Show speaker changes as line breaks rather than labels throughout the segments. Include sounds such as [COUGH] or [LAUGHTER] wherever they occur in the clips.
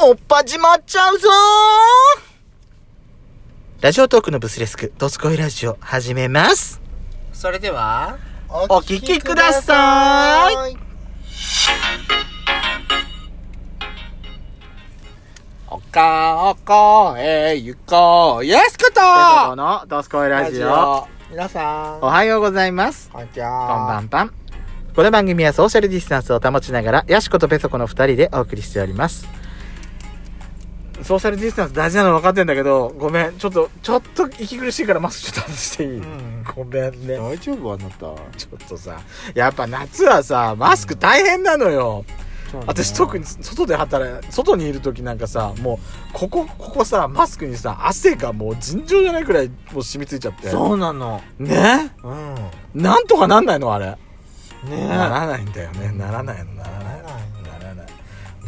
おっぱじまっちゃうぞーラジオトークのブスレスク、ドスコイラジオ、始めます。
それでは、
お聞きくださ
い。丘を越え行こう。イエスこと
このドスコイラジオ、
皆さん、
おはようございます。
こんにち
こんば
は。
んばん。この番組はソーシャルディスタンスを保ちながら、ヤシコとペソコの二人でお送りしております。ソーシャルディスタンス大事なの分かってんだけど、ごめん。ちょっと、ちょっと息苦しいからマスクちょっと外していい、
ん
[LAUGHS] ごめんね。
大丈夫あなた。
ちょっとさ、やっぱ夏はさ、マスク大変なのよ。私特
に。
に外で働い、外にいる時なんかさ、もう、ここ、ここさ、マスクにさ、汗がもう尋常じゃないくらい、もう染みついちゃって。
そうなの。
ね
うん。ね
なんとかなんないのあれ。
え。
ならないんだよね。ならないの、ならない。
なら
ならない。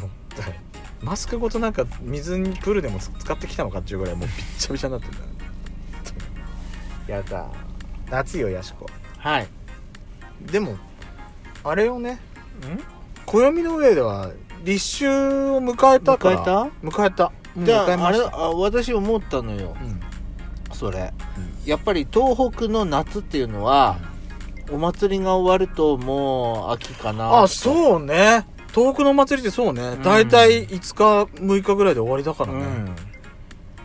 もうだからマスクごとなんか水にプールでもつ使ってきたのかっていうぐらいもうびっちゃびちゃになってんだよねやだ夏よやしこ
はい。
でもあれよね暦の上では立秋を迎えたから
迎
迎えた
ん
迎
じ
え
ゃ
た
あ、あれ、あ私思ったのよ。
うん
それ、やっぱり東北の夏っていうのは、お祭りが終わるともう秋かな
あそうね遠くの祭りってそうね
ん
大体5日6日ぐらいで終わりだから
う
ね、
ん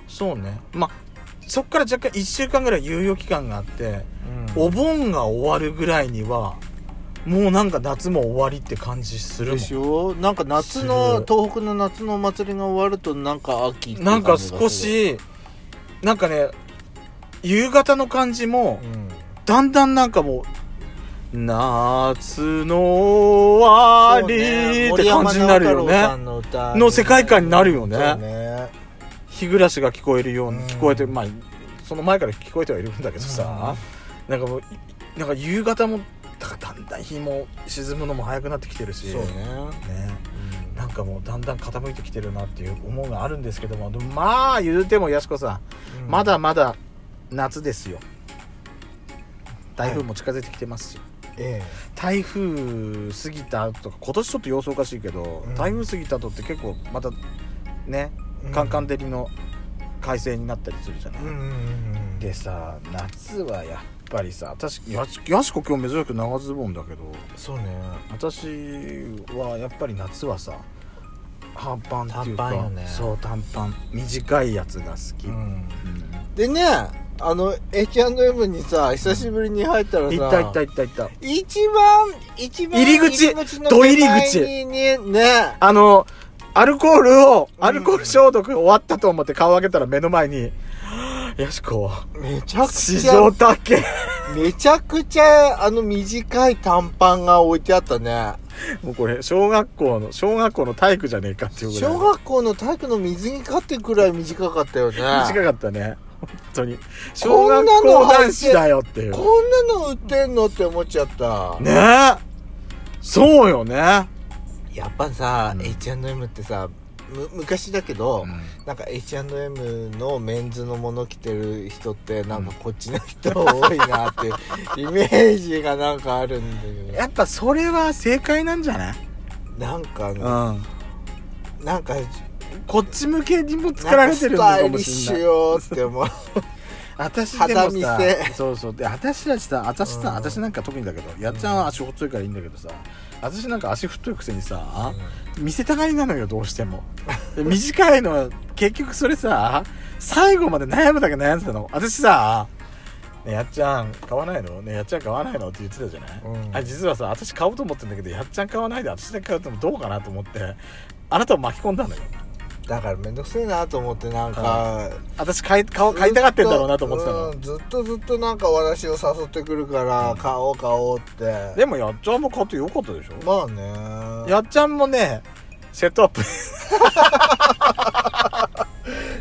そうねまあそっから若干1週間ぐらい猶予期間があって
お
お盆が終わるぐらいにはもうなんか夏も終わりって感じするも
で
ん
しょなんか夏
す
の
る
東北の夏のお祭りが終わるとなんか秋っていう
なんか
感じが
少
す
し
る、
なんかね夕方の感じも
うん
だんだんなんかもう夏の終わりって感じになるよ
森山直太朗
ね
さんの歌
の世界観になるよね
そうね
日暮らしが聞こえるように
うん
聞こえてまあその前から聞こえてはいるんだけどさなんかもういなんか夕方もだからだんだん日も沈むのも早くなってきてるし
そうね、
ねなんかもうだんだん傾いてきてるなっていう思うがあるんですけどもでもまあ言うてもやしこさ
うんん
まだまだ夏ですよ台風も近づいてきてますし、
え
台風過ぎた後とか今年ちょっと様子おかしいけど、
うん
台風過ぎた後って結構またね
え
カンカン照りの快晴になったりするじゃない、
うんうんうん
でさ夏はやっぱりさ私やしやしこ今日珍しく長ズボンだけど
そうね
私はやっぱり夏はさ短パンっていうか
短パンよね
そう短パン短いやつが好き、
うん
うん
でねあの H&M にさ久しぶりに入ったらさ
いったいったいったいった
一番一番
入り口
の
ど入り口
手前にねね
あの、アルコールを、
うん
アルコール消毒終わったと思って顔を上げたら目の前に、ヤシコ、
めちゃく
地
ちゃ
上竹。
めちゃくちゃあの短い短パンが置いてあったね
もうこれ、小学校の、小学校の体育じゃねえかっていうぐらい。
小学校の体育の水着かってくらい短かったよね
短かったね。本当に。小
こ
学
んなの
校
入って
男子だよっていう。ね
こんなの売ってんのって思っちゃった、
え。そうよね。
やっぱさ、
うん
H&M ってさむ昔だけど、なんか H&M のメンズのもの着てる人ってなんかこっちの人多いなっ
[LAUGHS]
てイメージがなんかあるんだよね
やっぱそれは正解なんじゃない
なんかね、
うん。
なんか
こっち向けにも作られてるの
なんかスタ
か
イリ
も
ッ
し
シ
れ
ュ
ない。
よって思う
私でもさ
肌見せ
そうそうで私たちさ私さ、
うん
私なんか特にだけどやっちゃんは足細いからいいんだけどさ私なんか足太いくせにさ、見せたがりなのよどうしても [LAUGHS] で短いのは結局それさ最後まで悩むだけ悩んでたの私さね、やっちゃん買わないのねやっちゃん買わないのって言ってたじゃない、
うん
あ実はさ私買おうと思ってんだけどやっちゃん買わないで私だけ買うともどうかなと思ってあなたを巻き込んだのよ
だからめんどくせえなと思ってなんか
私買い買おう買いたがってんだろうなと思ってたの、
うんずっとずっとなんか私を誘ってくるから買おう買おうって
でもやっちゃんも買ってよかったでしょ
まあね
やっちゃんもね、セットアップ。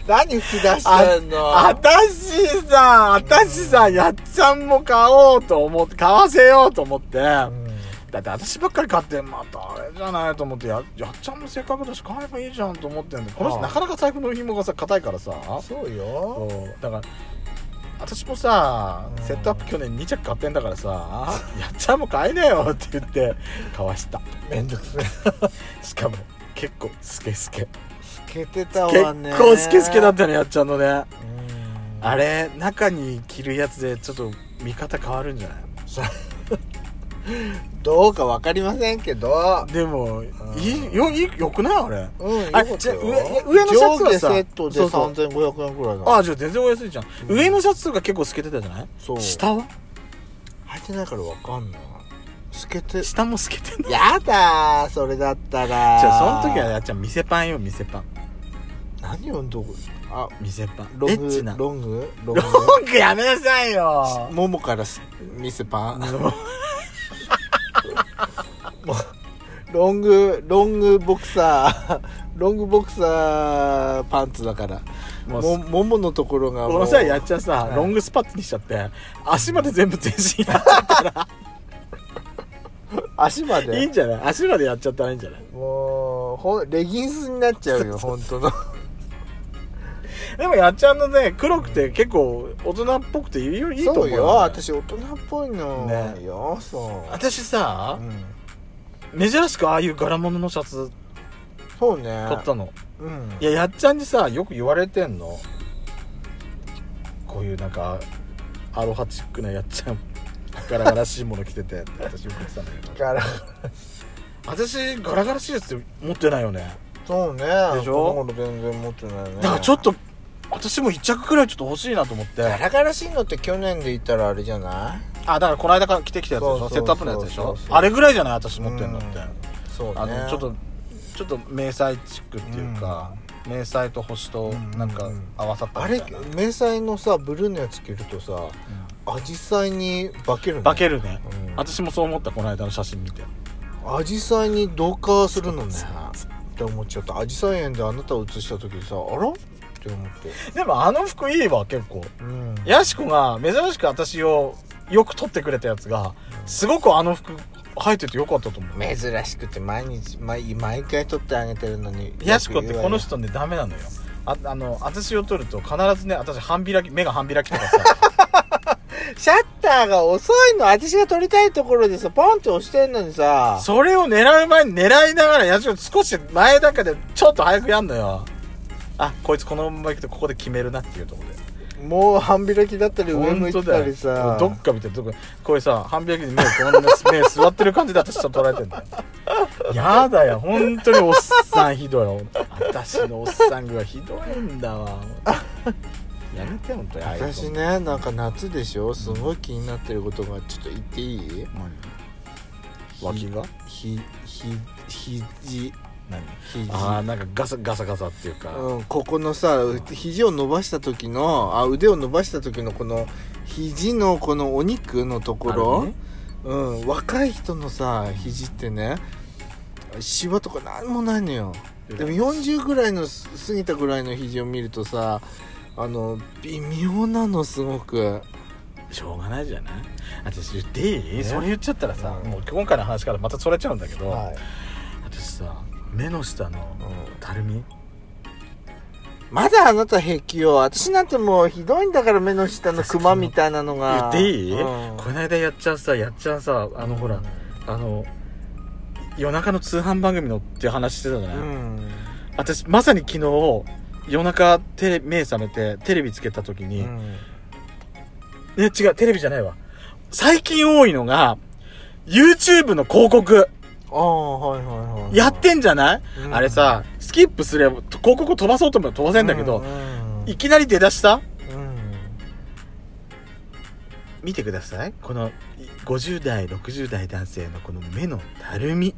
何吹き出してんの
あたしさ、あたしさ、やっちゃんも買おうと思って、買わせようと思って、だ
うん
って私ばっかり買って、またあれじゃないと思って、ややっちゃんもせっかくだし買えばいいじゃんと思ってんで、この
あ
人
あ
なかなか財布の紐がさ、硬いからさ、
そうよ
そうだから、私もさ
う、ん
セットアップ去年2着買ってんだから
[LAUGHS]
さ、やっちゃんも買えねえよって言って、買わした。
めんどくせえ
しかも、結構スケスケ。
透けてた
結
わね
構スケスケだったねやっちゃんのね
うん
あれ中に着るやつでちょっと見方変わるんじゃない
さどうか分かりませんけど
でも
ん
いいよいいよくないあれ
うんよ
あ
かったよ
じゃあ上上のシャツはさ
上下セットで
そうそう
3500円くらいだ
あじゃあ全然お安いじゃん、
うん
上のシャツとか結構透けてたじゃない
そう
下は
履いてないから分かんない透けて
下も透けてんの
やだーそれだったら
じゃあその時はやっちゃん店パンよ店パン
何をどこあ
店パン
ロ
エ
ン
ッチな
グロングロング
ロングやめなさいよ
ももからすミスパン [LAUGHS] ロングロングボクサーロングボクサーパンツだから
も
も
う
もものところが
こ
も
の
う
際やっちゃんさ、
はい
ロングスパッツにしちゃって足まで全部全身やっちゃったら
足ま [LAUGHS]
いい
で
んじゃない足までやっちゃったらいいんじゃない
もうほレギンスになっちゃうよ本当の
でもやっちゃんのね黒くて結構大人っぽくていいよいいと思
そううよ
よ、
私大人っぽいの
ね
よそう
私さ
うん
珍しくああいう柄物のシャツ
そうね
買ったの
うん
いややっちゃんにさよく言われてんのこういうなんかアロハチックなやっちゃんガラガラしいもの着ててって私よく言ってたんだけど
から
私ガラガラしいやつ持ってないよね
そうね
でしょ
この頃全然持ってないね
だからちょっと私も一着くらいちょっと欲しいなと思って
ガラガラしいのって去年で言ったらあれじゃない
あだからこの間から着てきたやつでしょ
そうそうそう
セットアップのやつでし
そ
ょ
うそう
あれぐらいじゃない私持ってんのって、
うんそうね
あのちょっとちょっと迷彩チックっていうか、迷彩と星となんか合わさった
あ
み
れ
たいな、
迷彩のさブルーのやつ着るとさアジサイに化けるね
化けるね、
うん
私もそう思ったこの間の写真見て
アジサイに同化するのね
そうそ
って思っちゃったアジサイ園であなたを写した時さあらって思って
でもあの服いいわ結構
うん
やしこが珍しく私をよく撮ってくれたやつがすごくあの服生えててよかったと思う
珍しくて毎日毎毎回撮ってあげてるのに
やしこってこの人ねダメなのよああの私を撮ると必ずね私半開き目が半開きとかさ
シャッターが遅いの私が撮りたいところでさポンって押してんのにさ
それを狙う前に狙いながらやしこ少し前だけでちょっと早くやんのよあこいつこのまま行くとここで決めるなっていうところで
もう半開きだったり上向いてたりさ
どっか見てるどっかこれさ半開きで目をこんな目座ってる感じで私と捉えてんだよ [LAUGHS] やだよ本当におっさんひどいよ私のおっさんがひどいんだわやめて本当にああいうの
私ねなんか夏でしょすごい気になってることがちょっと言っていい
何脇が
ひひひ肘
何
肘
ああなんかガサガサガサっていうか、
うん、ここのさう肘を伸ばした時のあ腕を伸ばした時のこの肘のこのお肉のとこ
あれ
ろ、
ね
うん、若い人のさ肘ってねシワとか何もないのよでも40ぐらいのす過ぎたぐらいの肘を見るとさあの微妙なのすごく
しょうがないじゃない私言っていい、
ね
それ言っちゃったらさ、
うん
もう今回の話からまたそれちゃうんだけど、
い、
私さ目の下の
うん
たるみ
まだあなた平気よ。私なんてもうひどいんだから目の下のクマみたいなの
言
が。
っていい、
うん
この間やっちゃんさやっちゃんさあのほら、あの夜中の通販番組のっていう話してたじゃ
う
ない、
ん。
私まさに昨日夜中テレ目覚めてテレビつけた時
う
に、ね
ん。
違うテレビじゃないわ最近多いのが YouTube の広告
ああ、はいはいはい。
やってんじゃない、
うん
あれさスキップすれば広告を飛ばそうと思えば飛ばせんだけど、
うんうん
いきなり出だした
うん
見てくださいこのい50代60代男性のこの目のたるみ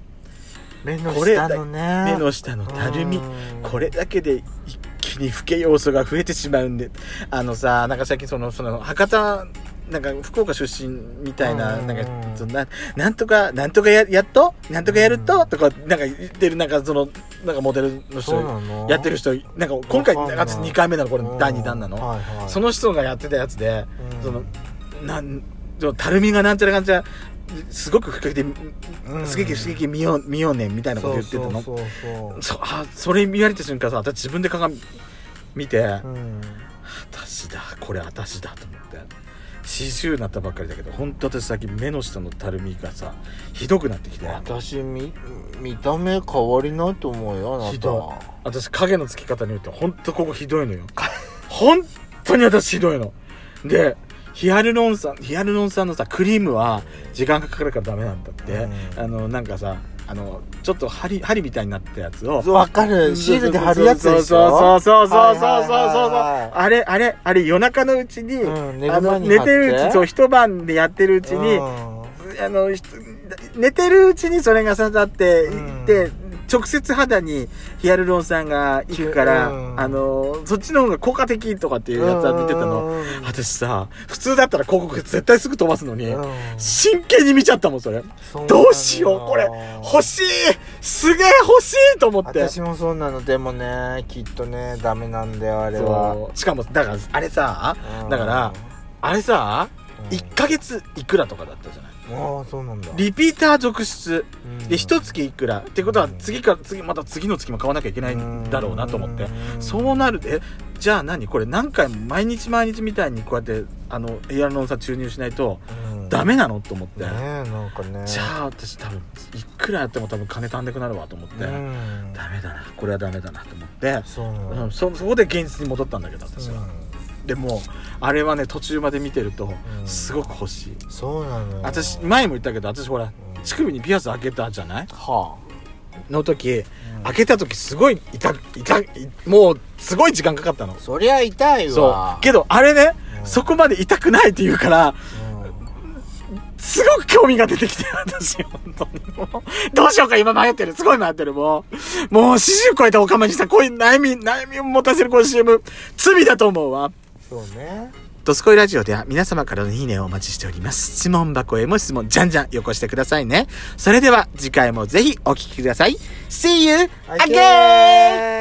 目の下のね。
目の下のたるみ
うん
これだけで一気に老け要素が増えてしまうんであのさなんか最近そのその博多なんか福岡出身みたいな
うん
なんかそのななんとかなんとかややっとなんとかやると
うん
とかなんか言ってるなんかそのなんかモデルの
そう
人
なの
やってる人なんか今回
わかんない
私2回目なのこれ
うん
第2弾なの
はいはい。
その人がやってたやつで
うん
そのなんそのたるみがなんちゃらかんちゃらすごく深くて
うん
すげきすげき見よう見ようねみたいなこと言ってたの
そうそうそ
そあそれ見られた瞬間さ私自分で鏡見て、 [LAUGHS]
う。うん。
私だこれ私だと思って40になったばっかりだけど本当私最近目の下のたるみがさひどくなってきて
私み見た目変わりないと思うよあなた
ひどい私影のつき方によって本当ここひどいのよ本当に私ひどいのでヒアルロン酸ヒアルロン酸のさクリームは時間がかかるからダメなんだって、
うん
あのなんかさあのちょっと針針みたいになったやつを
わかるシールで貼るやつでし
そ
ょ
うそうそうそうそうそうそうそうそう
はいはいはい
あれあれあれ夜中のうちに、
うん寝
あ
る
の
前に
寝
貼って
てるうちそう一晩でやってるうちに、
うん
あのひ寝てるうちにそれが刺さって
うん
いって、直接肌にヒアルロン酸がいくから、
うん
あのそっちの方が効果的とかっていうやつは見てたの、
うん
私さ普通だったら広告絶対すぐ飛ばすのに、
うん
真剣に見ちゃったもんそれ
そうな
ど
の
うしようこれ欲しいすげえ欲しいと思って
私もそうなのでもねきっとねダメなんだよあれは
そうしかもだからあれさ
うん
だからあれさ
うん
1ヶ月いくらとかだったじゃない
ああそうなんだ
リピーター続出
うん
で一月いくらってことは次から次また次の月も買わなきゃいけないんだろうなと思って
うん
そうなるでじゃあ何これ何回も毎日毎日みたいにこうやってあのエアロンさ注入しないと
うん
ダメなのと思って
ねえなんかね
じゃあ私多分いくらやっても多分金足んなくなるわと思って
うん
ダメだなこれはダメだなと思って
そうなの
うんそそこで現実に戻ったんだけど私はでもあれはね途中まで見てると
うん
すごく欲しい
そうなのよ
私前も言ったけど私ほら乳首にピアス開けたじゃない
は
の時
うん
開けた時すごい痛く痛くもうすごい時間かかったの
あそりゃ痛い
そ
わ
うけどあれね
うん
そこまで痛くないって言うから
うん
すごく興味が出てきて私本当にもうどうしようか今迷ってるすごい迷ってるもうもう40超えたおかまにさこういう悩み悩みを持たせるこの CM 罪だと思うわ
そうね
ドスコイラジオでは皆様からのいいねをお待ちしております。質問箱へも質問、じゃんじゃんよこしてくださいね。それでは次回もぜひお聞きください。See you again!